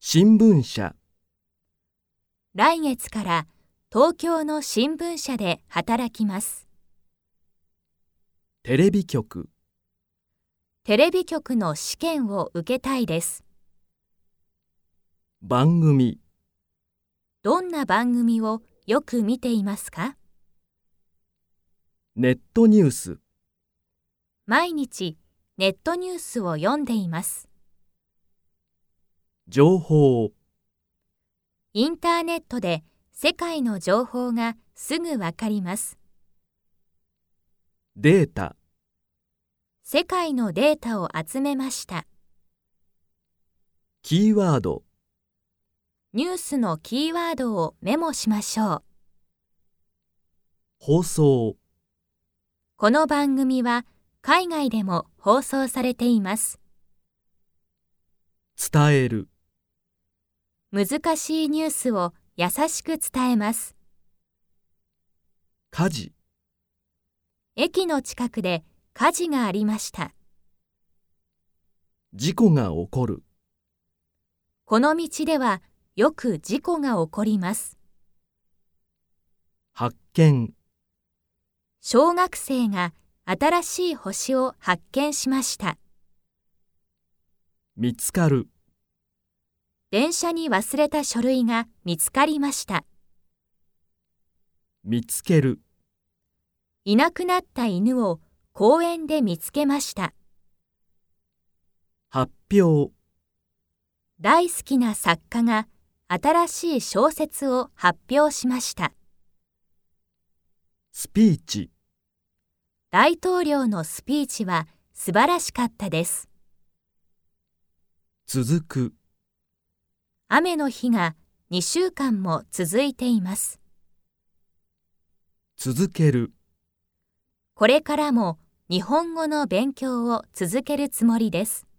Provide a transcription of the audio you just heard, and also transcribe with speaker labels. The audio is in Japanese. Speaker 1: 新聞社、
Speaker 2: 来月から東京の新聞社で働きます。
Speaker 1: テレビ局、
Speaker 2: テレビ局の試験を受けたいです。
Speaker 1: 番組、
Speaker 2: どんな番組をよく見ていますか
Speaker 1: ネットニュース、
Speaker 2: 毎日ネットニュースを読んでいます。
Speaker 1: 情報、
Speaker 2: インターネットで世界の情報がすぐわかります。
Speaker 1: データ、
Speaker 2: 世界のデータを集めました。
Speaker 1: キーワード、
Speaker 2: ニュースのキーワードをメモしましょう。
Speaker 1: 放送、
Speaker 2: この番組は海外でも放送されています。
Speaker 1: 伝える、
Speaker 2: 難しいニュースを優しく伝えます。
Speaker 1: 火事、
Speaker 2: 駅の近くで火事がありました。
Speaker 1: 事故が起こる、
Speaker 2: この道ではよく事故が起こります。
Speaker 1: 発見、
Speaker 2: 小学生が新しい星を発見しました。
Speaker 1: 見つかる、
Speaker 2: 電車に忘れた書類が見つかりました。
Speaker 1: 見つける、
Speaker 2: いなくなった犬を公園で見つけました。
Speaker 1: 発表、
Speaker 2: 大好きな作家が新しい小説を発表しました。
Speaker 1: スピーチ、
Speaker 2: 大統領のスピーチは素晴らしかったです。
Speaker 1: 続く、
Speaker 2: 雨の日が2週間も続いています。
Speaker 1: 続ける、
Speaker 2: これからも日本語の勉強を続けるつもりです。